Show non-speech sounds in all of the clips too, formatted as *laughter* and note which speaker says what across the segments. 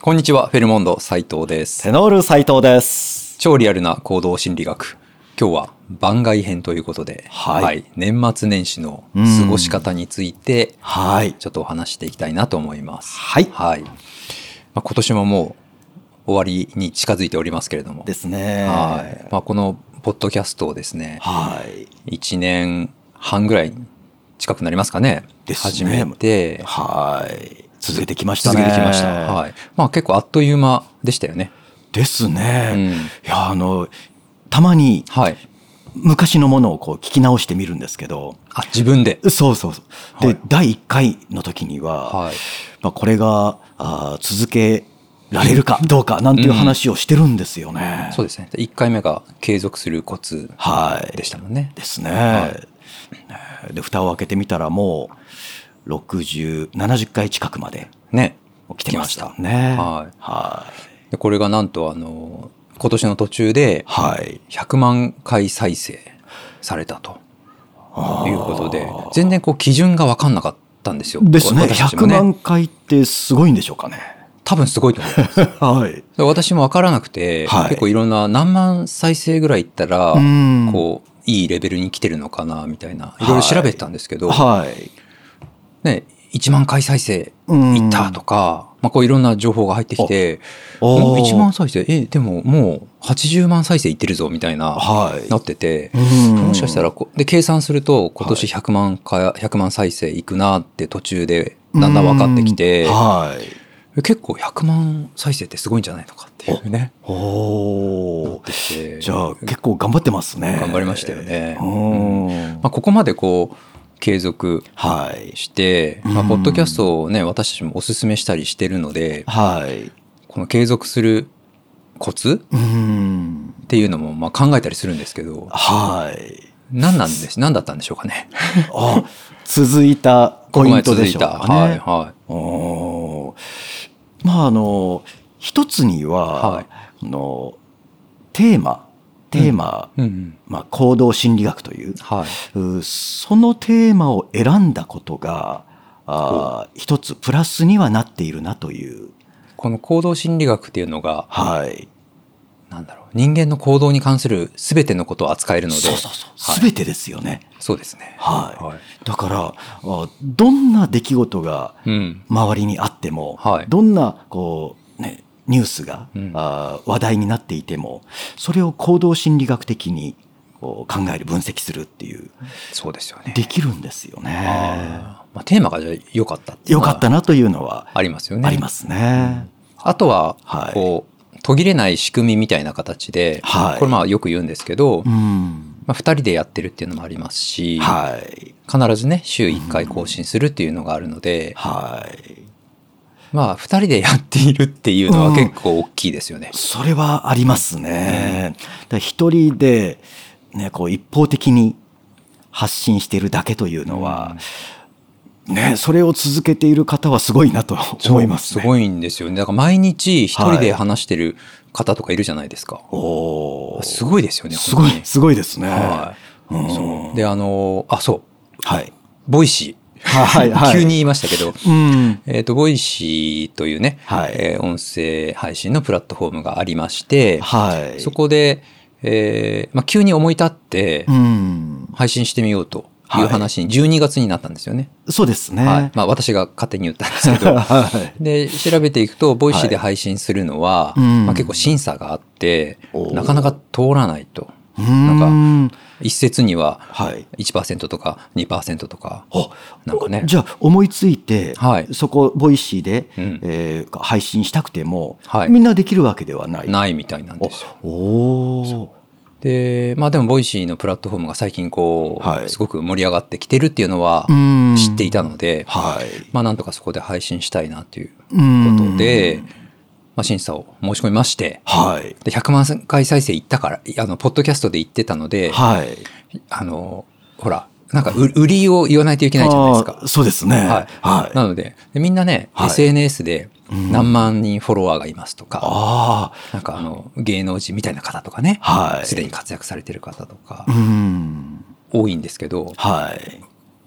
Speaker 1: こんにちは、フェルモンド斉藤です。
Speaker 2: テノール斉藤です。
Speaker 1: 超リアルな行動心理学。今日は番外編ということで、
Speaker 2: はい
Speaker 1: 年末年始の過ごし方について、
Speaker 2: はい。
Speaker 1: ちょっとお話していきたいなと思います。
Speaker 2: はい
Speaker 1: まあ、今年ももう終わりに近づいておりますけれども、
Speaker 2: ですね。
Speaker 1: はいまあ、このポッドキャストをですね、
Speaker 2: はい。
Speaker 1: 1年半ぐらい近くなりますかね。
Speaker 2: ですね
Speaker 1: 始めて、
Speaker 2: はい。続けてきました
Speaker 1: 続
Speaker 2: ね。
Speaker 1: けてきました。はい。まあ結構あっという間でしたよね。
Speaker 2: です
Speaker 1: うん
Speaker 2: ね。いや、あの、たまに
Speaker 1: はい。
Speaker 2: 昔のものをこう聞き直してみるんですけど、
Speaker 1: あ、自分で。
Speaker 2: そうそうそう。で、
Speaker 1: はい
Speaker 2: 第1回の時には、
Speaker 1: はい。
Speaker 2: まあ、これがあー続けられるかどうかなんていう話をしてるんですよね。
Speaker 1: そうですね。1回目が継続するコツ
Speaker 2: はい。
Speaker 1: でしたもんね。
Speaker 2: ですね。
Speaker 1: は
Speaker 2: で、蓋を開けてみたらもう、60、70回近くまで
Speaker 1: ね。
Speaker 2: 来てま
Speaker 1: 来
Speaker 2: した
Speaker 1: ま
Speaker 2: ね。
Speaker 1: はい
Speaker 2: はい。
Speaker 1: でこれがなんと、あの、今年の途中で
Speaker 2: はい。
Speaker 1: 100万回再生されたと
Speaker 2: あー
Speaker 1: いうことで、全然こう基準が分かんなかったんですよ。
Speaker 2: ですね。
Speaker 1: 私たちも
Speaker 2: 100万回ってすごいんでしょ
Speaker 1: *laughs*
Speaker 2: うかね。
Speaker 1: 多分すごいと思います。
Speaker 2: はい。
Speaker 1: で私も分からなくて、
Speaker 2: はい
Speaker 1: 結構いろんな何万再生ぐらいいったら、
Speaker 2: うん
Speaker 1: こう、いいレベルに来てるのかな、みたいな。いろいろ調べてたんですけど、
Speaker 2: はい。
Speaker 1: ね、1万回再生
Speaker 2: うん
Speaker 1: いったとか、まあ、こういろんな情報が入ってきて、もう1万再生、え、でももう80万再生いってるぞみたいな、
Speaker 2: はい。
Speaker 1: なってて、
Speaker 2: も
Speaker 1: もしかしたらこう、で、計算すると今年100万回、100万再生いくなって途中でだんだん分かってきて、
Speaker 2: はい。
Speaker 1: 結構100万再生ってすごいんじゃないのかっていうね。
Speaker 2: おー
Speaker 1: で
Speaker 2: じゃあ結構頑張ってますね。
Speaker 1: 頑張りましたよね
Speaker 2: うん。
Speaker 1: まあ、ここまでこう、継続
Speaker 2: はい。
Speaker 1: して、まあ、
Speaker 2: うん
Speaker 1: ポッドキャストをね、私たちもおすすめしたりしてるので、
Speaker 2: はい。
Speaker 1: この継続するコツ
Speaker 2: うん。
Speaker 1: っていうのもまあ考えたりするんですけど、
Speaker 2: はい。
Speaker 1: 何なんです、何だったんでしょうかね。
Speaker 2: あ、続いたポイントでしょう
Speaker 1: ここま
Speaker 2: か
Speaker 1: で続い
Speaker 2: ね
Speaker 1: た。はい、はい。
Speaker 2: おーまああの一つには、
Speaker 1: はい
Speaker 2: あのテーマテーマ、
Speaker 1: うんうん。
Speaker 2: まあ、行動心理学という
Speaker 1: はい。
Speaker 2: うそのテーマを選んだことがあー一つプラスにはなっているなという
Speaker 1: この行動心理学っていうのが、
Speaker 2: はい
Speaker 1: なんだろう、人間の行動に関する全てのことを扱えるので、
Speaker 2: そうそうそう、
Speaker 1: はい
Speaker 2: 全てですよね
Speaker 1: そうですね。
Speaker 2: はい、
Speaker 1: はい。
Speaker 2: だからあーどんな出来事が
Speaker 1: うん。
Speaker 2: 周りにあっても、
Speaker 1: はい
Speaker 2: どんなこう、ね、ニュースが、
Speaker 1: うん
Speaker 2: あー話題になっていてもそれを行動心理学的にこう考える分析するっていう
Speaker 1: そうですよね。
Speaker 2: できるんですよね。
Speaker 1: あーまあ、テーマがじゃあ良かったっていう
Speaker 2: よ
Speaker 1: のは
Speaker 2: かったなというのは
Speaker 1: ありますよね。
Speaker 2: ありますね。
Speaker 1: あとは、
Speaker 2: はい
Speaker 1: こう、途切れない仕組みみたいな形で、
Speaker 2: はい
Speaker 1: これまあよく言うんですけど、
Speaker 2: うん
Speaker 1: まあ、2人でやってるっていうのもありますし、
Speaker 2: はい
Speaker 1: 必ずね、週1回更新するっていうのがあるので、
Speaker 2: はい
Speaker 1: まあ、2人でやっているっていうのは結構大きいですよね。
Speaker 2: それはありますね。だから一人で、ね、こう一方的に発信しているだけというのは、ね、それを続けている方はすごいなと思いますね。
Speaker 1: すごいんですよね。だから毎日1人で話してる方とかいるじゃないですか。
Speaker 2: おー
Speaker 1: すごいですよね、
Speaker 2: すごい
Speaker 1: 本当、に
Speaker 2: すごいですね。
Speaker 1: は
Speaker 2: うん
Speaker 1: い。そう。で、あの、あ、そう、
Speaker 2: はい。
Speaker 1: ボイシ
Speaker 2: はい、
Speaker 1: ー。
Speaker 2: はい。
Speaker 1: 急に言いましたけど、
Speaker 2: うん。
Speaker 1: えっ、と、ボイシーというね、
Speaker 2: はい
Speaker 1: えー音声配信のプラットフォームがありまして、
Speaker 2: はい。
Speaker 1: そこで、えーまあ、急に思い立って
Speaker 2: うん。
Speaker 1: 配信してみようとい
Speaker 2: は
Speaker 1: う
Speaker 2: い
Speaker 1: 話に12月になったんですよね。
Speaker 2: そうですね。
Speaker 1: はい
Speaker 2: はい。
Speaker 1: まあ、私が勝手に言ったんですけ
Speaker 2: *laughs*
Speaker 1: ど。で、調べていくと、ボイシーで配信するのは、
Speaker 2: はいうん
Speaker 1: まあ、結構審査があって
Speaker 2: お、ー
Speaker 1: なかなか通らないと。
Speaker 2: うんか、
Speaker 1: 一説には
Speaker 2: はい。
Speaker 1: 1%とか2%とか。
Speaker 2: あ
Speaker 1: なんかね
Speaker 2: じゃあ思いついて、
Speaker 1: はい
Speaker 2: そこボイシーで、
Speaker 1: うん
Speaker 2: えー配信したくても、
Speaker 1: はい
Speaker 2: みんなできるわけではない。
Speaker 1: ないみたいなんですよ。
Speaker 2: おー
Speaker 1: で、まあでも、ボイシーのプラットフォームが最近こう、
Speaker 2: はい
Speaker 1: すごく盛り上がってきてるっていうのは
Speaker 2: うん
Speaker 1: 知っていたので、
Speaker 2: はい。
Speaker 1: まあなんとかそこで配信したいなという
Speaker 2: う
Speaker 1: こと
Speaker 2: ん
Speaker 1: で、まあ、審査を申し込みまして、
Speaker 2: はい。
Speaker 1: で100万回再生いったから、あの、ポッドキャストで言ってたので、
Speaker 2: はい。
Speaker 1: あの、ほら、なんかう、売りを言わないといけないじゃないですか
Speaker 2: あー。そうですね。
Speaker 1: はい
Speaker 2: はい。
Speaker 1: なので、でみんなね、
Speaker 2: はい
Speaker 1: SNS で
Speaker 2: うん
Speaker 1: 何万人フォロワーがいますとか、
Speaker 2: あ
Speaker 1: なんかあの、芸能人みたいな方とかね、
Speaker 2: あ、はい。
Speaker 1: すでに活躍されてる方とか
Speaker 2: う、ん。
Speaker 1: 多いんですけど、
Speaker 2: はい。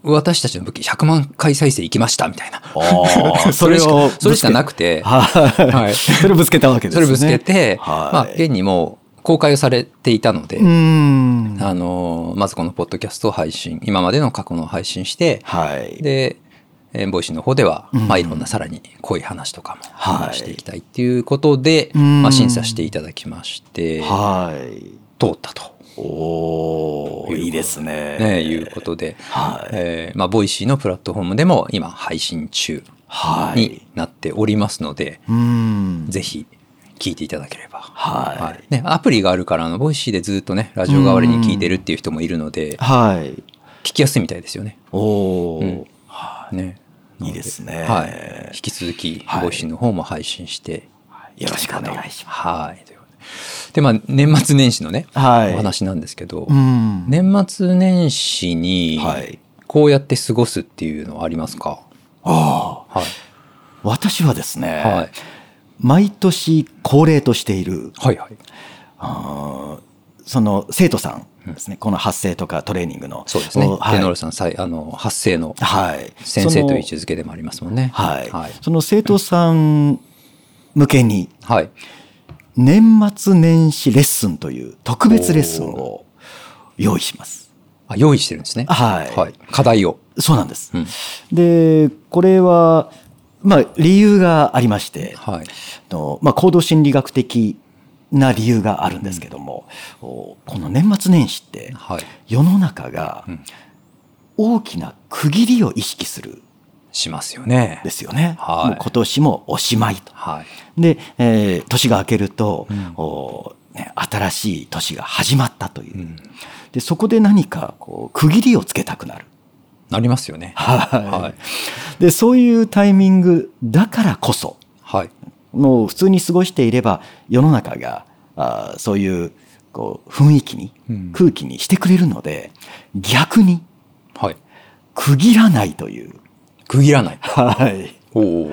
Speaker 1: 私たちの武器100万回再生いきましたみたいな。
Speaker 2: あ
Speaker 1: *laughs*
Speaker 2: ー
Speaker 1: それし
Speaker 2: を
Speaker 1: か、それしかな
Speaker 2: く
Speaker 1: くて、
Speaker 2: は。
Speaker 1: はいい *laughs*
Speaker 2: それぶつけたわけです
Speaker 1: そ
Speaker 2: ね。
Speaker 1: れぶつけて、
Speaker 2: はい
Speaker 1: まあ、現にもう公開をされていたので、
Speaker 2: うーん。
Speaker 1: あのーまずこのポッドキャストを配信、今までの過去のを配信して、
Speaker 2: はい。
Speaker 1: で、えーボイシーの方では、
Speaker 2: うん
Speaker 1: まあ、いろんなさらに濃い話とかも
Speaker 2: はい
Speaker 1: していきたいっていうことで、
Speaker 2: うん
Speaker 1: まあ、審査していただきまして、
Speaker 2: はい。
Speaker 1: 通ったと、
Speaker 2: おーいいですね。
Speaker 1: ねいうことで、
Speaker 2: はい。
Speaker 1: えーまあ、ボイシーのプラットフォームでも今配信中
Speaker 2: はい。
Speaker 1: になっておりますので、
Speaker 2: うーん。
Speaker 1: ぜひ聞いていただければ。は
Speaker 2: はい
Speaker 1: ね、アプリがあるからあのボイシーでずっとねラジオ代わりに聞いてるっていう人もいるので
Speaker 2: い。はい。
Speaker 1: 聞きやすいみたいですよね。
Speaker 2: お
Speaker 1: う
Speaker 2: ー
Speaker 1: んね
Speaker 2: いいですね。
Speaker 1: はい、引き続き
Speaker 2: はい
Speaker 1: ボイシーの方も配信して
Speaker 2: よろしくお願いしま
Speaker 1: はいということででまあ年末年始のね、
Speaker 2: す。はい。
Speaker 1: お話なんですけど、
Speaker 2: うん。
Speaker 1: 年末年始に
Speaker 2: はい。
Speaker 1: こうやって過ごすっていうのはありますか、
Speaker 2: ああ。
Speaker 1: はい
Speaker 2: 私はですね、
Speaker 1: はい、
Speaker 2: 毎年恒例としている、
Speaker 1: はいはい
Speaker 2: あーその生徒さんですね、この発声とかトレーニングの。
Speaker 1: そうですね、
Speaker 2: おはい
Speaker 1: テノールさんさいあの発声の
Speaker 2: はい。
Speaker 1: 先生という位置
Speaker 2: その
Speaker 1: づけでもありますもんね。
Speaker 2: はい、
Speaker 1: はい
Speaker 2: その生徒さん向けに、
Speaker 1: はい
Speaker 2: 年末年始レッスンという特別レッスンを用意します。
Speaker 1: あ用意してるんですね。
Speaker 2: はい
Speaker 1: はい、課題を。
Speaker 2: そうなんです。
Speaker 1: うん
Speaker 2: で、これは、まあ、理由がありまして、
Speaker 1: はい。
Speaker 2: あのまあ、行動心理学的な理由があるんですけども、おこの年末年始って、
Speaker 1: はい。
Speaker 2: 世の中が
Speaker 1: うん
Speaker 2: 大きな区切りを意識するん
Speaker 1: しますよね。
Speaker 2: ですよね。
Speaker 1: はい
Speaker 2: もう今年もおしまいと。
Speaker 1: はい。
Speaker 2: で、えー年が明けると、
Speaker 1: うん
Speaker 2: おね、新しい年が始まったという。
Speaker 1: うん。
Speaker 2: でそこで何かこう区切りをつけたくなる、
Speaker 1: なりますよね。は。
Speaker 2: はいい、でそういうタイミングだからこそ
Speaker 1: はい。
Speaker 2: もう普通に過ごしていれば世の中があーそういうこう雰囲気に、
Speaker 1: うん
Speaker 2: 空気にしてくれるので逆に
Speaker 1: はい。
Speaker 2: 区切らないという、
Speaker 1: 区切らない。
Speaker 2: はい、
Speaker 1: おお。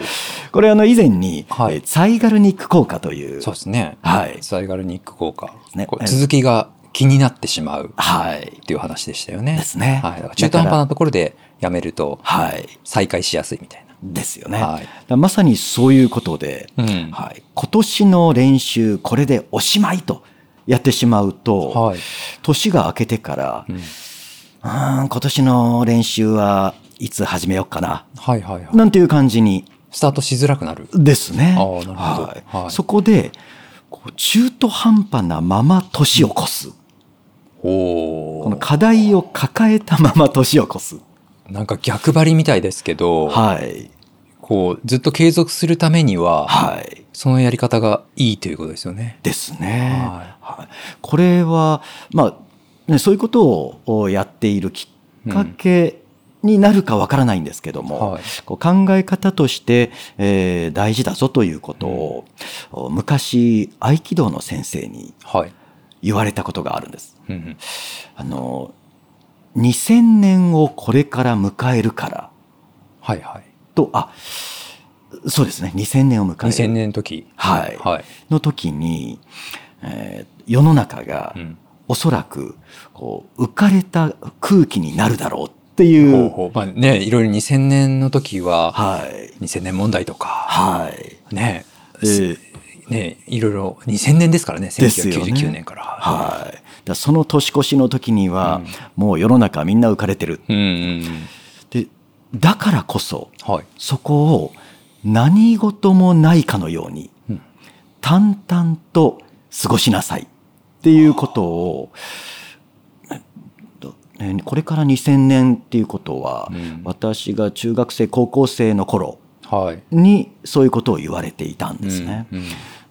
Speaker 2: これあの以前に、
Speaker 1: はい
Speaker 2: えーサイガルニック効果という
Speaker 1: そうですね。
Speaker 2: はい
Speaker 1: サイガルニック効果。
Speaker 2: ね
Speaker 1: こう続きが気になってしまうっ
Speaker 2: はい
Speaker 1: ていう話でしたよね。
Speaker 2: ですね
Speaker 1: はい。だから中途半端なところでやめると
Speaker 2: はい
Speaker 1: 再開しやすいみたいな。
Speaker 2: ですよね、
Speaker 1: はい
Speaker 2: だからまさにそういうことで、
Speaker 1: うん
Speaker 2: はい、今年の練習これでおしまいとやってしまうと、
Speaker 1: はい。
Speaker 2: 年が明けてから、う
Speaker 1: うん
Speaker 2: ーん今年の練習はいつ始めようかな
Speaker 1: はいはいはい。
Speaker 2: なんていう感じに
Speaker 1: スタートしづらくなる。
Speaker 2: ですね
Speaker 1: あーなるほど
Speaker 2: はい
Speaker 1: はい
Speaker 2: そこでこう中途半端なまま年を越す、
Speaker 1: お
Speaker 2: この
Speaker 1: お。
Speaker 2: 課題を抱えたまま年を越す、
Speaker 1: なんか逆張りみたいですけど、
Speaker 2: はい
Speaker 1: こうずっと継続するためには、
Speaker 2: はい、
Speaker 1: そのやり方がいいということですよね。
Speaker 2: ですね。
Speaker 1: は
Speaker 2: はいこれは、まあね、そういうことをやっているきっかけになるかわからないんですけども、
Speaker 1: はい
Speaker 2: こう考え方として、えー大事だぞということを、昔合気道の先生に
Speaker 1: はい。
Speaker 2: 言われたことがあるんです。
Speaker 1: うんうん
Speaker 2: あの2000年をこれから迎えるから
Speaker 1: はいはい。
Speaker 2: とあそうですね2000年を迎える
Speaker 1: 2000年の時。
Speaker 2: はい
Speaker 1: はい。
Speaker 2: の時に、えー世の中が、
Speaker 1: うん
Speaker 2: おそらくこう浮かれた空気になるだろうっていう
Speaker 1: ほうほう。まあね、いろいろ2000年の時は、
Speaker 2: はい
Speaker 1: 2000年問題とか、
Speaker 2: はい、
Speaker 1: ね、
Speaker 2: えー
Speaker 1: ね、いろいろ2000年ですからね、
Speaker 2: ですよね
Speaker 1: 1999年から。
Speaker 2: はい、だからその年越しの時には、もう世の中みんな浮かれてる
Speaker 1: うんうん
Speaker 2: でだからこそ
Speaker 1: うん。はい。
Speaker 2: そこを何事もないかのように
Speaker 1: うん
Speaker 2: 淡々と過ごしなさいっていうことをえーこれから2000年っていうことは、
Speaker 1: うん
Speaker 2: 私が中学生高校生の頃
Speaker 1: はい。
Speaker 2: にそういうことを言われていたんですね。
Speaker 1: うんうん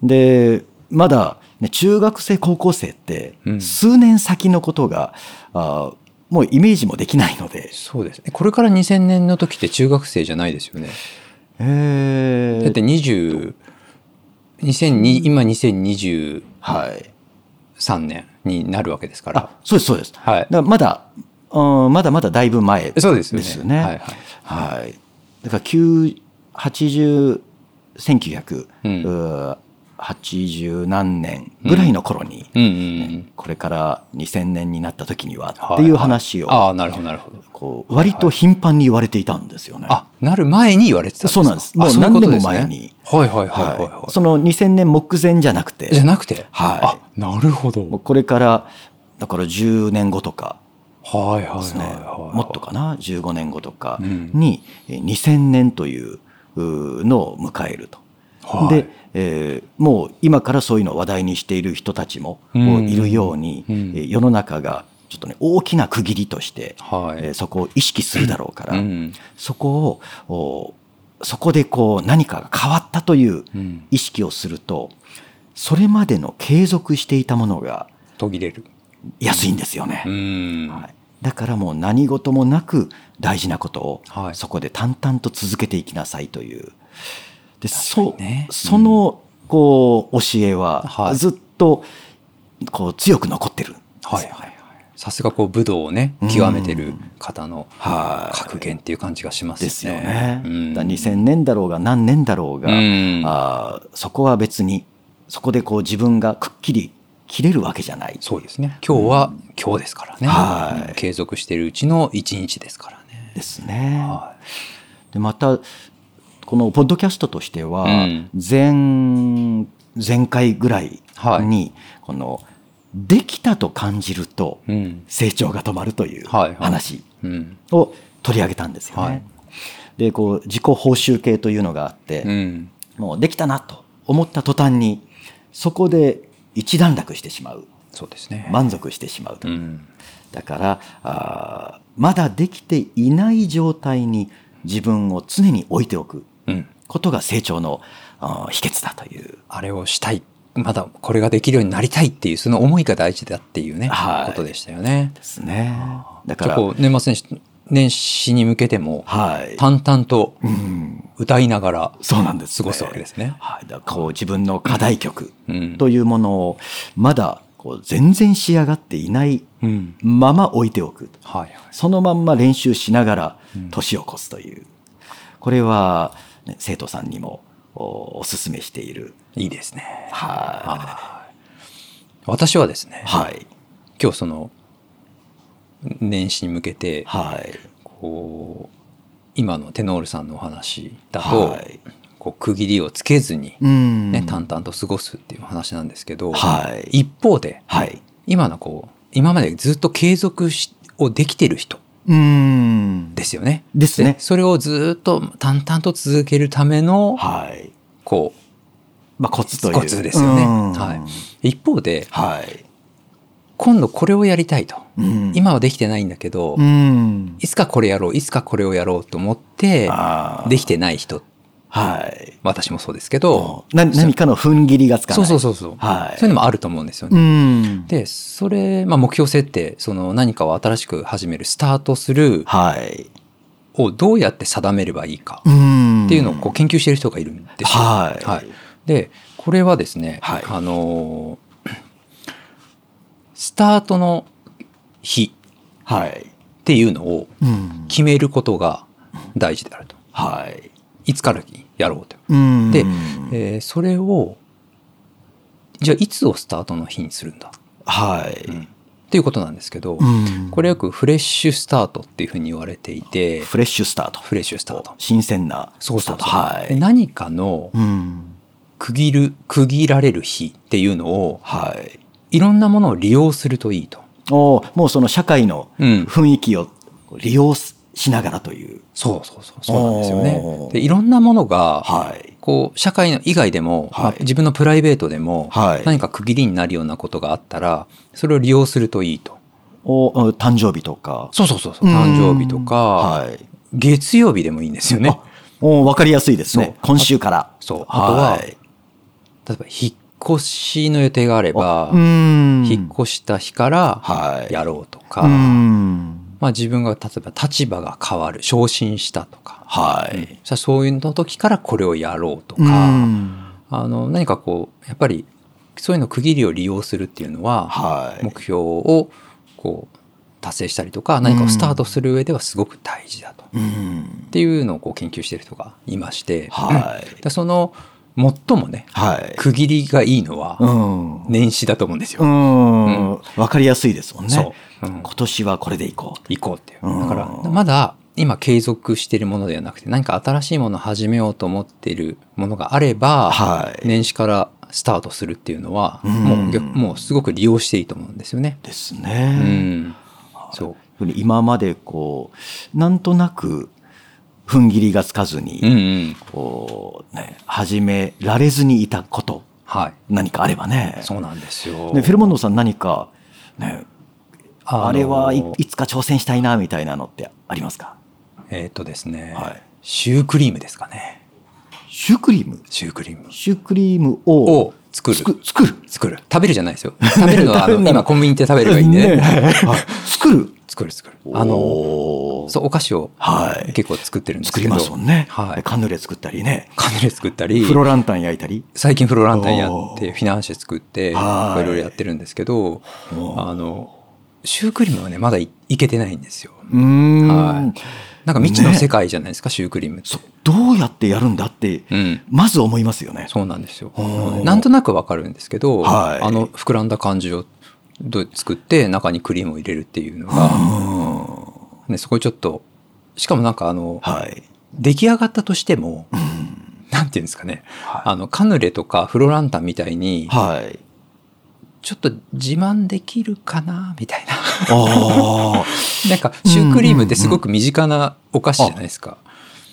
Speaker 2: でまだ、ね、中学生高校生って
Speaker 1: うん
Speaker 2: 数年先のことが、あーもうイメージもできないので、
Speaker 1: そうですね。これから2000年の時って中学生じゃないですよね。
Speaker 2: えー
Speaker 1: だって20、2002今2023
Speaker 2: はい、
Speaker 1: 年になるわけですから。
Speaker 2: あそうですそうです、
Speaker 1: はい
Speaker 2: だからまだ、うん、まだまだだいぶ前
Speaker 1: そうですよね。
Speaker 2: ですよね
Speaker 1: はいはい。
Speaker 2: はい、だから9 80 1900
Speaker 1: うん
Speaker 2: うー80何年ぐらいの頃に、
Speaker 1: うんうん
Speaker 2: これから2000年になった時にはっていう話を、
Speaker 1: ああなるほどなるほど
Speaker 2: こう割と頻繁に言われていたんですよね。
Speaker 1: あなる前に言われてたんですか
Speaker 2: そうなんですもう
Speaker 1: あそいこと
Speaker 2: 何年も前に
Speaker 1: ですねはいはいはいはい、はい
Speaker 2: はい、その2000年目前じゃなくて
Speaker 1: じゃなくてあ
Speaker 2: は
Speaker 1: なるほど
Speaker 2: い、もうこれからだから10年後とか
Speaker 1: はいはいはい
Speaker 2: ですね、
Speaker 1: はい
Speaker 2: もっとかな15年後とか
Speaker 1: うん
Speaker 2: に、えー2000年といううーのを迎えると。
Speaker 1: はい
Speaker 2: で、えーもう今からそういうのを話題にしている人たちも
Speaker 1: う
Speaker 2: こ
Speaker 1: ん
Speaker 2: ういるように、
Speaker 1: うん
Speaker 2: えー世の中がちょっとね大きな区切りとして、
Speaker 1: はい
Speaker 2: えーそこを意識するだろうから、
Speaker 1: うん
Speaker 2: そこをおそこでこう何かが変わったという
Speaker 1: うん、
Speaker 2: 意識をするとそれまでの継続していたものが
Speaker 1: 途切れる
Speaker 2: 安いんですよね。
Speaker 1: うん
Speaker 2: はい、だからもう何事もなく大事なことを
Speaker 1: はい
Speaker 2: そこで淡々と続けていきなさいというでそ
Speaker 1: 確かにねうん
Speaker 2: そのこう教え
Speaker 1: は
Speaker 2: はいずっとこう強く残ってるんですよ
Speaker 1: はいはいさすがこう武道をね極めてる方の
Speaker 2: はい
Speaker 1: 格言っていう感じがしますね。
Speaker 2: ですよね。
Speaker 1: うん、
Speaker 2: だから2000年だろうが何年だろうが、
Speaker 1: うん
Speaker 2: あーそこは別にそこでこう自分がくっきり切れるわけじゃない。
Speaker 1: そうですね。今日は今日ですからね。
Speaker 2: はい
Speaker 1: うん継続しているうちの一日ですからね。
Speaker 2: ですね。
Speaker 1: は
Speaker 2: でまたこのポッドキャストとしては
Speaker 1: うん
Speaker 2: 前、前回ぐらい
Speaker 1: は
Speaker 2: にこのできたと感じると
Speaker 1: い。うん。
Speaker 2: 成長が止まるという
Speaker 1: はいはい
Speaker 2: 話
Speaker 1: うん。
Speaker 2: を取り上げたんですよね。
Speaker 1: はい
Speaker 2: でこう自己報酬系というのがあって、
Speaker 1: うん。
Speaker 2: もうできたなと思った途端にそこで一段落してしまう
Speaker 1: そうですね。
Speaker 2: 満足してしまうと、
Speaker 1: うん。
Speaker 2: だからあーまだできていない状態に自分を常に置いておく
Speaker 1: うん。
Speaker 2: ことが成長のあー秘訣だという、
Speaker 1: あれをしたい。まだこれができるようになりたいっていうその思いが大事だっていうね、
Speaker 2: はい
Speaker 1: ことでしたよね。
Speaker 2: ですね。だか
Speaker 1: 結
Speaker 2: ら、
Speaker 1: 構年末年始年始に向けても
Speaker 2: はい、
Speaker 1: 淡々と
Speaker 2: うん、
Speaker 1: 歌いながら
Speaker 2: そうなんです、
Speaker 1: 過ごすわけですね。
Speaker 2: はい、だからこう自分の課題曲
Speaker 1: うん。
Speaker 2: というものをまだこう全然仕上がっていない
Speaker 1: うん。
Speaker 2: まま置いておく。
Speaker 1: はいはい。
Speaker 2: そのまんま練習しながら
Speaker 1: うん
Speaker 2: 年を越すという、これはね、生徒さんにもおおすすめしている
Speaker 1: いいですね。
Speaker 2: は
Speaker 1: 私はですね
Speaker 2: い、はい
Speaker 1: 今日その年始に向けて
Speaker 2: はい
Speaker 1: こう今のテノールさんのお話だと、
Speaker 2: はい
Speaker 1: こう区切りをつけずに、
Speaker 2: うん
Speaker 1: ね淡々と過ごすっていう話なんですけど、
Speaker 2: はい
Speaker 1: 一方で
Speaker 2: はい
Speaker 1: 今のこう今までずっと継続しをできてる人
Speaker 2: うん
Speaker 1: ですよね。
Speaker 2: ですね
Speaker 1: それをずっと淡々と続けるための
Speaker 2: はい
Speaker 1: こ
Speaker 2: まあコツという
Speaker 1: コツですよね
Speaker 2: うん
Speaker 1: はう一方で
Speaker 2: はい
Speaker 1: 今度これをやりたいと、
Speaker 2: うん
Speaker 1: 今はできてないんだけど、
Speaker 2: うん
Speaker 1: いつかこれやろういつかこれをやろうと思って
Speaker 2: あー
Speaker 1: できてない人
Speaker 2: はい
Speaker 1: 私もそうですけど
Speaker 2: な何かの踏ん切りがつかない
Speaker 1: そうそう
Speaker 2: う
Speaker 1: そうそう、
Speaker 2: はい
Speaker 1: そういうのもあると思うんですよ
Speaker 2: う
Speaker 1: ね。
Speaker 2: ん
Speaker 1: でそれ、まあ、目標設定その何かを新しく始めるスタートする
Speaker 2: はい
Speaker 1: をどうやって定めればいいか
Speaker 2: うん
Speaker 1: っていうのをこう研究してる人がいるんですよ。
Speaker 2: はい
Speaker 1: でこれはですね、
Speaker 2: はい
Speaker 1: あのースタートの日
Speaker 2: はい
Speaker 1: っていうのを
Speaker 2: うん
Speaker 1: 決めることが大事であると。
Speaker 2: はい
Speaker 1: いつからやろうと。
Speaker 2: うん
Speaker 1: でえーそれをじゃあいつをスタートの日にするんだ
Speaker 2: はい、
Speaker 1: っていうことなんですけど、
Speaker 2: うん
Speaker 1: これよくフレッシュスタートっていうふうに言われていて
Speaker 2: フレッシュスタート
Speaker 1: フレッシュスタート
Speaker 2: 新鮮な
Speaker 1: そう
Speaker 2: スタ
Speaker 1: そう
Speaker 2: ート
Speaker 1: そう、
Speaker 2: は
Speaker 1: で
Speaker 2: い、
Speaker 1: 何かの
Speaker 2: うん、
Speaker 1: 区切る区切られる日っていうのを
Speaker 2: はい
Speaker 1: いろんなものを利用するといいと、
Speaker 2: おーもうその社会の
Speaker 1: うん、
Speaker 2: 雰囲気を利用しながらという
Speaker 1: そうそうそうそうなんですよね
Speaker 2: おー
Speaker 1: でいろんなものが
Speaker 2: はい
Speaker 1: こう社会の以外でも、
Speaker 2: はい
Speaker 1: まあ自分のプライベートでも、
Speaker 2: はい
Speaker 1: 何か区切りになるようなことがあったらそれを利用するといいと
Speaker 2: おお誕生日とか
Speaker 1: そうそうそうそう誕生日とか、
Speaker 2: うんはい
Speaker 1: 月曜日でもいいんですよね
Speaker 2: あお分かりやすいです
Speaker 1: そう
Speaker 2: ね今週から
Speaker 1: そうあとは、
Speaker 2: い
Speaker 1: 例えば引っ越しの予定があれば、
Speaker 2: うん
Speaker 1: 引っ越した日から
Speaker 2: はい
Speaker 1: やろうとか、
Speaker 2: うん
Speaker 1: まあ、自分が例えば立場が変わる昇進したとか、
Speaker 2: はい
Speaker 1: そしたらそういうの時からこれをやろうとか、
Speaker 2: うん
Speaker 1: あの何かこうやっぱりそういうの区切りを利用するっていうのは、
Speaker 2: はい
Speaker 1: 目標をこう達成したりとか何かをスタートする上ではすごく大事だと、っ
Speaker 2: うん
Speaker 1: ていうのをこう研究してる人がいまして、
Speaker 2: はい
Speaker 1: でその最もね、
Speaker 2: はい。
Speaker 1: 区切りがいいのは
Speaker 2: うん。
Speaker 1: 年始だと思うんです
Speaker 2: う
Speaker 1: よ。
Speaker 2: ん。わ、かりやすいですもんね。
Speaker 1: そううん
Speaker 2: 今年はこれでいこう。
Speaker 1: 行こうっていう。
Speaker 2: うん
Speaker 1: だから、まだ今継続しているものではなくて、何か新しいものを始めようと思っているものがあれば、
Speaker 2: はい
Speaker 1: 年始からスタートするっていうのは、
Speaker 2: うん
Speaker 1: もう逆、もうすごく利用していいと思うんですよね。
Speaker 2: です
Speaker 1: う
Speaker 2: ね。
Speaker 1: ん。そう。
Speaker 2: 今までこう、なんとなく、踏ん切りがつかずに、
Speaker 1: うんうん。
Speaker 2: こう、ね、始められずにいたこと、
Speaker 1: はい。
Speaker 2: 何かあればね。
Speaker 1: そうなんですよ。
Speaker 2: ねフェルモンドさん何か、ね、
Speaker 1: あの
Speaker 2: あれはいいつか挑戦したいなみたいなのってありますか
Speaker 1: えーっとですね、
Speaker 2: はい
Speaker 1: シュークリームですかね。
Speaker 2: シュークリーム
Speaker 1: シュークリーム
Speaker 2: シュークリームを
Speaker 1: を作る。
Speaker 2: つく作る
Speaker 1: 作る。食べるじゃないです
Speaker 2: *laughs*
Speaker 1: よ。食べるのは、あ
Speaker 2: 食べる
Speaker 1: の
Speaker 2: の
Speaker 1: 今コンビニで食べればいいんで
Speaker 2: ね
Speaker 1: ね。
Speaker 2: はい作る
Speaker 1: *laughs* 作る作る。あの、
Speaker 2: おー
Speaker 1: そう、お菓子を
Speaker 2: はい
Speaker 1: 結構作ってるんです
Speaker 2: 作
Speaker 1: けど。
Speaker 2: りますもんね、
Speaker 1: はい。
Speaker 2: カヌレ作ったりね
Speaker 1: カヌレ作ったり、
Speaker 2: フロランタン焼いたり
Speaker 1: 最近フロランタンやっ
Speaker 2: お
Speaker 1: て、
Speaker 2: ー
Speaker 1: フィナンシェ作って、い
Speaker 2: はい
Speaker 1: ろいろやってるんですけど、
Speaker 2: おー
Speaker 1: あの、シュークリームはね、まだいいけてないんですよ。
Speaker 2: うーん、
Speaker 1: はいなんか未知の
Speaker 2: ね
Speaker 1: 世界じゃないですか、シュークリームって
Speaker 2: そ。どうやってやるんだって、
Speaker 1: うん。
Speaker 2: まず思いますよね
Speaker 1: そうなんですよ
Speaker 2: おー。
Speaker 1: なんとなくわかるんですけど、
Speaker 2: はい
Speaker 1: あの膨らんだ感じをど作って中にクリームを入れるっていうのが、
Speaker 2: うん
Speaker 1: ね、そこにちょっと、しかもなんかあの、
Speaker 2: はい、
Speaker 1: 出来上がったとしても、
Speaker 2: うん
Speaker 1: なんていうんですかね、
Speaker 2: は
Speaker 1: あの、カヌレとかフロランタンみたい
Speaker 2: い
Speaker 1: に、
Speaker 2: はい
Speaker 1: ちょっと自慢できるかな、みたいな。 *laughs*
Speaker 2: あ
Speaker 1: なんか、シュークリームってすごく身近なお菓子じゃないですか。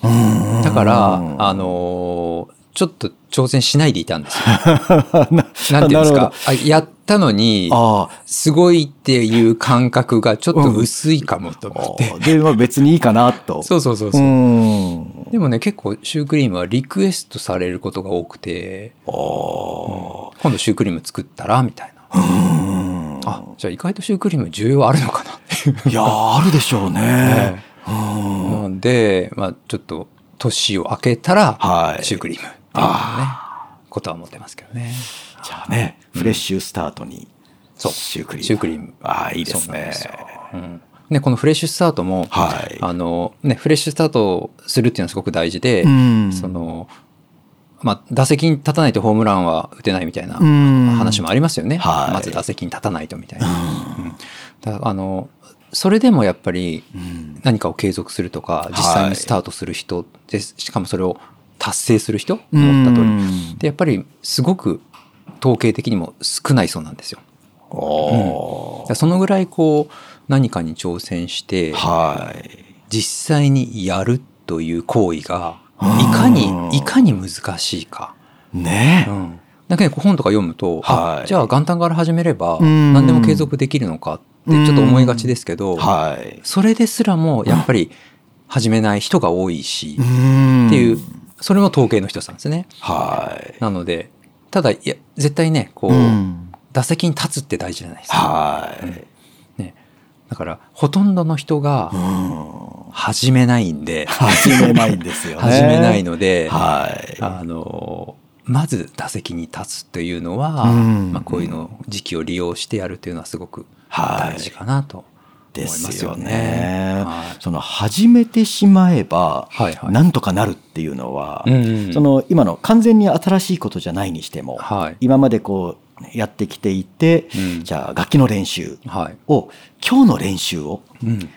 Speaker 2: あ、うん
Speaker 1: だから、あのーちょっと挑戦しないでいたん
Speaker 2: *laughs*
Speaker 1: ですよ。なんていうんです
Speaker 2: なる
Speaker 1: か。あやったのに、
Speaker 2: ああ
Speaker 1: すごいっていう感覚がちょっと薄いかもと思って。
Speaker 2: で、まあ、別にいいかなと。
Speaker 1: そうそうそう
Speaker 2: う
Speaker 1: そう。
Speaker 2: ん。
Speaker 1: でもね、結構シュークリームはリクエストされることが多くて、
Speaker 2: あ
Speaker 1: 今度シュークリーム作ったらみたいな。
Speaker 2: あ。
Speaker 1: あ、じゃあ意外とシュークリーム需要あるのかなっていう。
Speaker 2: いやー、あるでし
Speaker 1: *laughs*
Speaker 2: ょうね。うん。
Speaker 1: なんで、まあちょっと年を明けたら、
Speaker 2: はい
Speaker 1: シュークリームっていうのをね、ことは思ってますけどね。
Speaker 2: じゃあね、フレッシュスタートに、
Speaker 1: そう
Speaker 2: シュークリーム。
Speaker 1: シュークリーム
Speaker 2: ああ、いいですね。
Speaker 1: そうなんですようんね、このフレッシュスタートも、
Speaker 2: はい。
Speaker 1: あのね、フレッシュスタートをするっていうのはすごく大事で、
Speaker 2: うん
Speaker 1: その、まあ、打席に立たないとホームランは打てないみたいな
Speaker 2: うん
Speaker 1: 話もありますよね。
Speaker 2: はい
Speaker 1: まず打席に立たないとみたいな。うんだあの、それでもやっぱり
Speaker 2: うん
Speaker 1: 何かを継続するとか、実際にスタートする人です、しかもそれを達成する人思った通り。
Speaker 2: り。
Speaker 1: で、やっぱりすごく統計的にも少ないそうなんですよ。だ
Speaker 2: おー
Speaker 1: からそのぐらいこう、何かに挑戦して、
Speaker 2: はい。
Speaker 1: 実際にやるという行為が
Speaker 2: うん
Speaker 1: いかにいかに難しいか。
Speaker 2: ね
Speaker 1: う。ん、なんかね本とか読むと、
Speaker 2: はい
Speaker 1: あじゃあ元旦から始めれば
Speaker 2: うん
Speaker 1: 何でも継続できるのかってちょっと思いがちですけど、
Speaker 2: はい。
Speaker 1: それですらもやっぱり始めない人が多いし、っ
Speaker 2: ん
Speaker 1: ていう、それも統計の一つなんですね。
Speaker 2: はい。
Speaker 1: なのでただいや絶対ねこう、
Speaker 2: うん
Speaker 1: 打席に立つって大事じゃないですか。
Speaker 2: はい。
Speaker 1: ね、だからほとんどの人が *laughs*
Speaker 2: うん
Speaker 1: 始めないんで、
Speaker 2: 始めないんですよ
Speaker 1: *laughs*
Speaker 2: ね。
Speaker 1: 始めないので、
Speaker 2: はい。
Speaker 1: あのまず打席に立つというのは、
Speaker 2: うん
Speaker 1: まあ、こういうの時期を利用してやるというのはすごく
Speaker 2: はい
Speaker 1: 大事かなと思い
Speaker 2: で
Speaker 1: ますす
Speaker 2: よ
Speaker 1: よ
Speaker 2: ね
Speaker 1: ね。。
Speaker 2: その始めてしまえば、
Speaker 1: はいはい
Speaker 2: なんとかなるっていうのは、
Speaker 1: はいうんうん
Speaker 2: その今の完全に新しいことじゃないにしても、
Speaker 1: はい
Speaker 2: 今までこうやってきていて、
Speaker 1: うん
Speaker 2: じゃあ楽器の練習
Speaker 1: はい
Speaker 2: を今日の練習を
Speaker 1: うん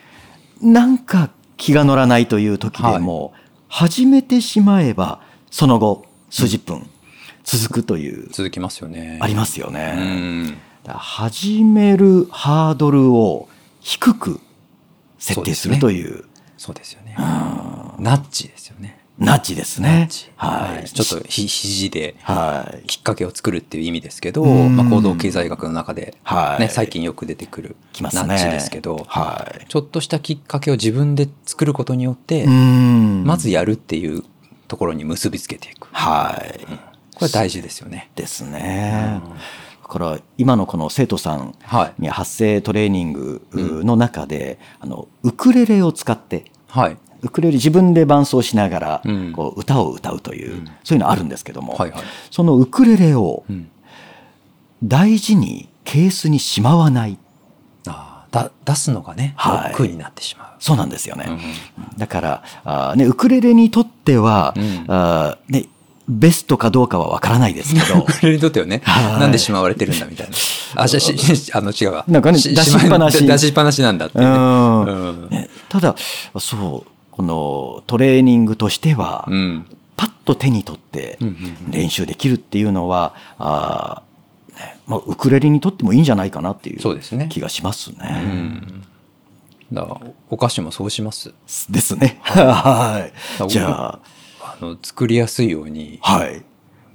Speaker 2: なんか気が乗らないという時でも、始めてしまえばその後数十分続くという、
Speaker 1: 続きますよね。
Speaker 2: ありますよね。
Speaker 1: うん
Speaker 2: だから始めるハードルを低く設定するという
Speaker 1: そうですよね。
Speaker 2: うん
Speaker 1: ナッチですよね。
Speaker 2: ナッジです
Speaker 1: ナッ
Speaker 2: ね
Speaker 1: チ。
Speaker 2: はい。
Speaker 1: ちょっとひ肘で
Speaker 2: はい。
Speaker 1: きっかけを作るっていう意味ですけど、
Speaker 2: うん
Speaker 1: まあ、行動経済学の中で、
Speaker 2: はい。
Speaker 1: ね、最近よく出てくる
Speaker 2: 来
Speaker 1: ナ
Speaker 2: ますね。
Speaker 1: ッチですけど、
Speaker 2: はい。
Speaker 1: ちょっとしたきっかけを自分で作ることによって、
Speaker 2: ん
Speaker 1: まず、やるっていうところに結びつけていく。
Speaker 2: はい。
Speaker 1: これ大事ですよね。
Speaker 2: ですね。だから、今のこの生徒さん
Speaker 1: はい。
Speaker 2: に発声トレーニングの中で、あの、ウクレレを使って、
Speaker 1: はい。
Speaker 2: ウクレレ自分で伴奏しながら
Speaker 1: うん、
Speaker 2: こう、歌を歌うとい
Speaker 1: う
Speaker 2: う、
Speaker 1: ん
Speaker 2: そういうのあるんですけども、
Speaker 1: はいはい。
Speaker 2: そのウクレレを
Speaker 1: うん。
Speaker 2: 大事にケースにしまわない。
Speaker 1: ああ、だ、出すのがね、
Speaker 2: はい
Speaker 1: 億劫になってしま
Speaker 2: そうなんですよね。
Speaker 1: う。うん
Speaker 2: だからあー、ね、ウクレレにとっては、
Speaker 1: うん
Speaker 2: あーね、ベストかどうかはわからないですけ
Speaker 1: *laughs*
Speaker 2: ど。
Speaker 1: それにとってはね、
Speaker 2: はい
Speaker 1: なんでしまわれてるんだみたいな。あ、じゃあし、しあの、違うわ。
Speaker 2: なんかね出しっぱなし
Speaker 1: 出しっぱなしなんだってね。
Speaker 2: うん
Speaker 1: うん。
Speaker 2: ねただ、そう、このトレーニングとしては、
Speaker 1: うん。
Speaker 2: パッと手に取って
Speaker 1: うんうん
Speaker 2: 練習できるっていうのは、あーねまあ、ウクレレにとってもいいんじゃないかなってい
Speaker 1: そうですね
Speaker 2: う気がしますね。
Speaker 1: うん。だからお菓子もそうします。
Speaker 2: ですね。は
Speaker 1: あ
Speaker 2: い。じゃあ、
Speaker 1: あの、作りやすいように、
Speaker 2: はい。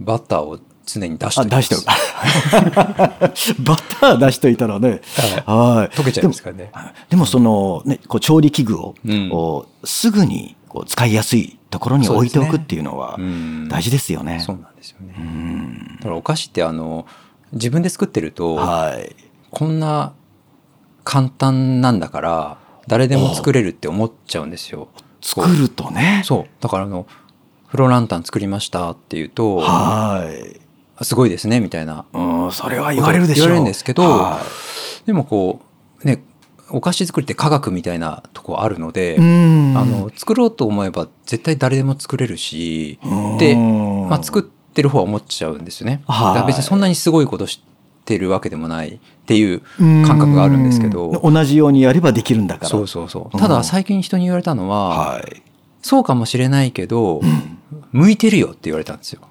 Speaker 1: バターを常に出し
Speaker 2: あ、
Speaker 1: て
Speaker 2: 出しておく。 *laughs* バター出しといたらね。はい。
Speaker 1: 溶けちゃいますからね。
Speaker 2: でもでもその、ね、こう調理器具を、
Speaker 1: うん
Speaker 2: こうすぐにこう使いやすいところに置いておくっていうのは
Speaker 1: うん
Speaker 2: 大事ですよね。
Speaker 1: そうなんですよね。
Speaker 2: うん
Speaker 1: だからお菓子ってあの自分で作ってると、
Speaker 2: はい。
Speaker 1: こんな簡単なんだから誰でも作れるって思っちゃうんですよ。
Speaker 2: 作るとね。
Speaker 1: そうだからあのフロランタン作りましたっていうと
Speaker 2: はい。
Speaker 1: すごいですねみたいな
Speaker 2: うん、それは言われるでしょう。
Speaker 1: 言われるんですけど
Speaker 2: は
Speaker 1: でもこうねお菓子作りって科学みたいなとこあるので
Speaker 2: い、うん。
Speaker 1: あの作ろうと思えば絶対誰でも作れるし、
Speaker 2: うん、
Speaker 1: でまあ、作ってる方は思っちゃうんですよね。だ
Speaker 2: はい
Speaker 1: から別にそんなにすごいことしてるわけでもないっていう感覚があるんですけど
Speaker 2: うん同じようにやればできるんだから。
Speaker 1: そうそうそう。
Speaker 2: うん
Speaker 1: ただ最近人に言われたのは、
Speaker 2: はい。
Speaker 1: そうかもしれないけど、向いてるよって言われたんですよ。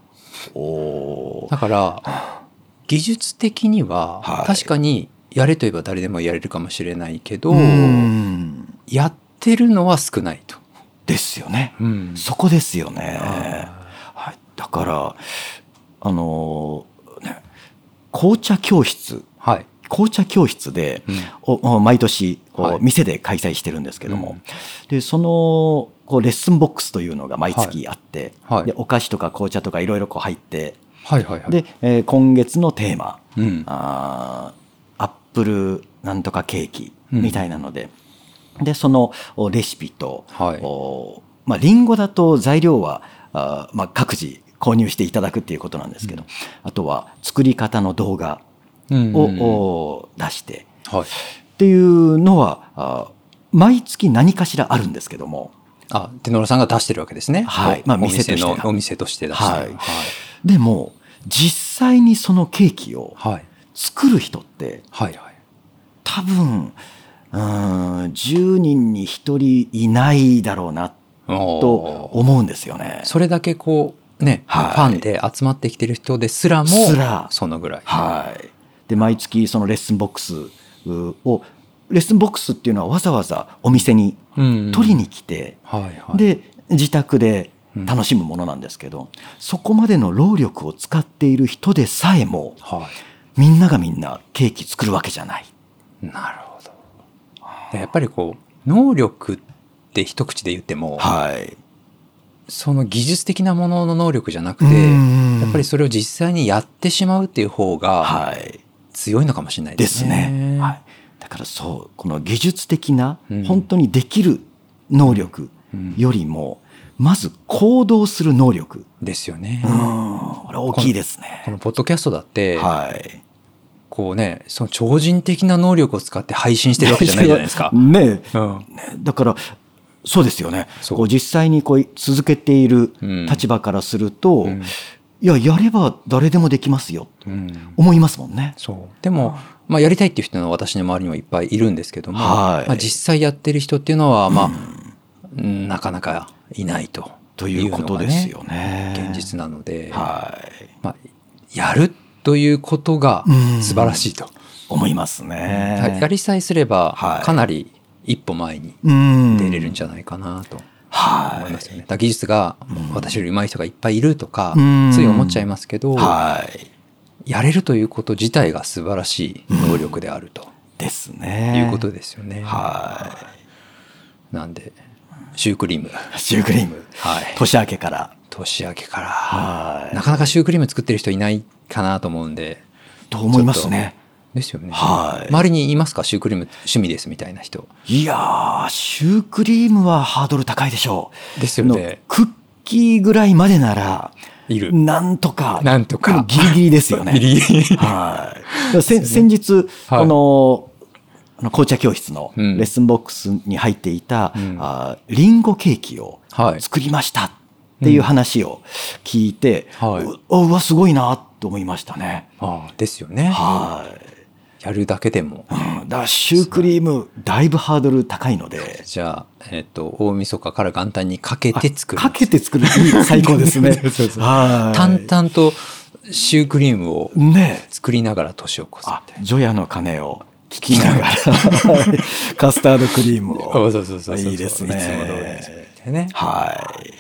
Speaker 2: おー
Speaker 1: だから、技術的には
Speaker 2: はい
Speaker 1: 確かにやれと言えば誰でもやれるかもしれないけど、
Speaker 2: うん
Speaker 1: やってるのは少ないと。
Speaker 2: ですよね。
Speaker 1: うん
Speaker 2: そこですよね。
Speaker 1: あ
Speaker 2: はい、だからあのーね紅茶教室
Speaker 1: はい。
Speaker 2: 紅茶教室で、
Speaker 1: うん
Speaker 2: *laughs* おお毎年こう、
Speaker 1: はい
Speaker 2: 店で開催してるんですけども、
Speaker 1: うん
Speaker 2: でそのこうレッスンボックスというのが毎月あって、
Speaker 1: はいはい
Speaker 2: でお菓子とか紅茶とかいろいろこう入って
Speaker 1: はいはいはい。
Speaker 2: で、えー今月のテーマ
Speaker 1: うん。
Speaker 2: あーアップルなんとかケーキ
Speaker 1: うん
Speaker 2: みたいなので、でそのおレシピと、
Speaker 1: はい
Speaker 2: おまあ、リンゴだと材料はあー、まあ、各自購入していただくっていうことなんですけど、あとは作り方の動画
Speaker 1: うん
Speaker 2: を、
Speaker 1: うん
Speaker 2: お出して
Speaker 1: はい。
Speaker 2: っていうのはあー毎月何かしらあるんですけども
Speaker 1: あ、手野良さんが出してるわけですね。
Speaker 2: はい
Speaker 1: こう
Speaker 2: まあ
Speaker 1: お店
Speaker 2: 店として
Speaker 1: の
Speaker 2: は
Speaker 1: お店として出してる。
Speaker 2: でも実際にそのケーキを
Speaker 1: はい。はい。
Speaker 2: 作る人って
Speaker 1: はいはい。
Speaker 2: 多分うーん10人に1人いないだろうなと
Speaker 1: おー
Speaker 2: 思うんですよね。
Speaker 1: それだけこうね、
Speaker 2: はい
Speaker 1: ファンで集まってきてる人ですらも
Speaker 2: すら
Speaker 1: そのぐらい、
Speaker 2: はい、で毎月そのレッスンボックスうをレッスンボックスっていうのはわざわざお店に
Speaker 1: うん
Speaker 2: 取りに来て、
Speaker 1: はいはい
Speaker 2: で自宅で楽しむものなんですけど、そこまでの労力を使っている人でさえも
Speaker 1: は
Speaker 2: みんながみんなケーキ作るわけじゃない。
Speaker 1: いなるほどでやっぱりこう能力って一口で言っても、
Speaker 2: はい、
Speaker 1: その技術的なものの能力じゃなくて、
Speaker 2: うん
Speaker 1: やっぱりそれを実際にやってしまうっていう方が
Speaker 2: はい
Speaker 1: 強いのかもしれないで
Speaker 2: です
Speaker 1: す
Speaker 2: ね
Speaker 1: ね。
Speaker 2: はい、だからそうこの技術的な、
Speaker 1: うん
Speaker 2: 本当にできる能力
Speaker 1: うん
Speaker 2: よりも、まず行動する能力、
Speaker 1: ですよね。
Speaker 2: うん、これ大きいですね
Speaker 1: こ。のポッドキャストだって、
Speaker 2: はい、
Speaker 1: こうね、その超人的な能力を使って配信してるわけじゃないじゃないですか。
Speaker 2: ね
Speaker 1: うん、
Speaker 2: えねだからそうですよね
Speaker 1: そう
Speaker 2: こう実際にこう続けている
Speaker 1: うん
Speaker 2: 立場からすると、
Speaker 1: うん
Speaker 2: いややれば誰でもできますよと
Speaker 1: うん
Speaker 2: 思いますもんね。
Speaker 1: そうでも、まあ、やりたいっていう人の私の周りにもいっぱいいるんですけども、
Speaker 2: はい
Speaker 1: まあ、実際やってる人っていうのは、まあなかなかいないと
Speaker 2: ということですよ
Speaker 1: い
Speaker 2: ね。
Speaker 1: うのがね現実なので、
Speaker 2: はい
Speaker 1: まあ、やるということが
Speaker 2: うん
Speaker 1: 素晴らしいと、
Speaker 2: 思います
Speaker 1: はい
Speaker 2: ね。
Speaker 1: やりさえすれば、
Speaker 2: はい
Speaker 1: かなり一歩前に
Speaker 2: うん
Speaker 1: 出れるんじゃないかなと
Speaker 2: は
Speaker 1: 思いますよ
Speaker 2: い。
Speaker 1: ね。だから技術が私より上手い人がいっぱいいるとか、
Speaker 2: うん
Speaker 1: つい思っちゃいますけど、
Speaker 2: はい。
Speaker 1: やれるということ自体が素晴らしい能力であると。
Speaker 2: ですね。
Speaker 1: いうことですよね。
Speaker 2: は
Speaker 1: なんで、シュークリーム。
Speaker 2: い。シュークリーム。
Speaker 1: はい
Speaker 2: 年明けから。
Speaker 1: 年明けか
Speaker 2: は
Speaker 1: ら、
Speaker 2: い
Speaker 1: なかなかシュークリーム作ってる人いないかなと思うんで。
Speaker 2: と思いますね。
Speaker 1: ですよね。
Speaker 2: はい
Speaker 1: 周りにいますかシュークリーム趣味ですみたいな人。
Speaker 2: いやー、シュークリームはハードル高いでしょう。
Speaker 1: ですよね
Speaker 2: あのクッキーぐらいまでなら、
Speaker 1: いる。
Speaker 2: なんとか。
Speaker 1: なんとか
Speaker 2: でもギリギリですよね。
Speaker 1: *laughs* ギリギリ。
Speaker 2: はい。先先日、
Speaker 1: はい
Speaker 2: あの、あの紅茶教室の
Speaker 1: う
Speaker 2: レ
Speaker 1: ん
Speaker 2: ッスンボックスに入っていた、
Speaker 1: うん
Speaker 2: あーリンゴケーキを
Speaker 1: はい
Speaker 2: 作りましたっっていう話を聞いて、
Speaker 1: うんはいう
Speaker 2: あうわすごいなと思いましたね。
Speaker 1: ああですよね。
Speaker 2: はい
Speaker 1: やるだけでも。
Speaker 2: うん、だからシュークリームだいぶハードル高いので
Speaker 1: じゃあ、えっ、と、大晦日から元旦にかけて作る。
Speaker 2: かけて作るいい最高ですね
Speaker 1: *laughs* そうそう
Speaker 2: はい
Speaker 1: 淡々とシュークリームを
Speaker 2: ねえ
Speaker 1: 作りながら年を越すみ
Speaker 2: あ
Speaker 1: たい
Speaker 2: 除夜の鐘を聞きなが
Speaker 1: *laughs*
Speaker 2: らカスタードクリーム
Speaker 1: な。 *laughs*
Speaker 2: を
Speaker 1: そうそうそうそう
Speaker 2: いいですね
Speaker 1: いつも通りですみたいなね。
Speaker 2: はい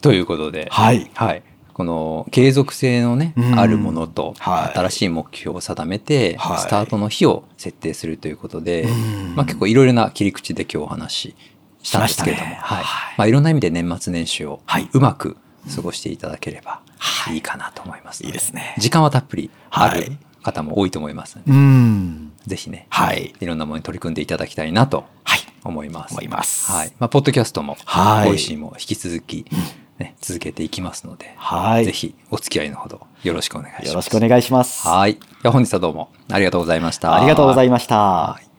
Speaker 1: ということで、
Speaker 2: はい
Speaker 1: はい、この継続性のね、
Speaker 2: うん
Speaker 1: あるものと、
Speaker 2: はい
Speaker 1: 新しい目標を定めて、
Speaker 2: はい
Speaker 1: スタートの日を設定するということで、
Speaker 2: うん
Speaker 1: まあ、結構いろいろな切り口で今日お話ししたんですけれども、
Speaker 2: しましたね
Speaker 1: はい
Speaker 2: はい
Speaker 1: まあ、いろんな意味で年末年始を
Speaker 2: はいう
Speaker 1: まく過ごしていただければいいかなと思いますの、
Speaker 2: いいですね
Speaker 1: 時間はたっぷりあ
Speaker 2: は
Speaker 1: る
Speaker 2: い
Speaker 1: 方も多いと思いますので、
Speaker 2: うん
Speaker 1: ぜひね、
Speaker 2: はい
Speaker 1: いろんなものに取り組んでいただきたいなと
Speaker 2: はい
Speaker 1: 思います。
Speaker 2: 思います
Speaker 1: はい。まあ、ポッドキャストも、
Speaker 2: はい
Speaker 1: ボイシーも引き続き、ね、続けていきますので、
Speaker 2: はい
Speaker 1: ぜひお付き合いのほどよろしくお願いします。
Speaker 2: よろしくお願いします
Speaker 1: はい。では本日はどうもありがとうございました。
Speaker 2: ありがとうござ
Speaker 1: い
Speaker 2: いました
Speaker 1: い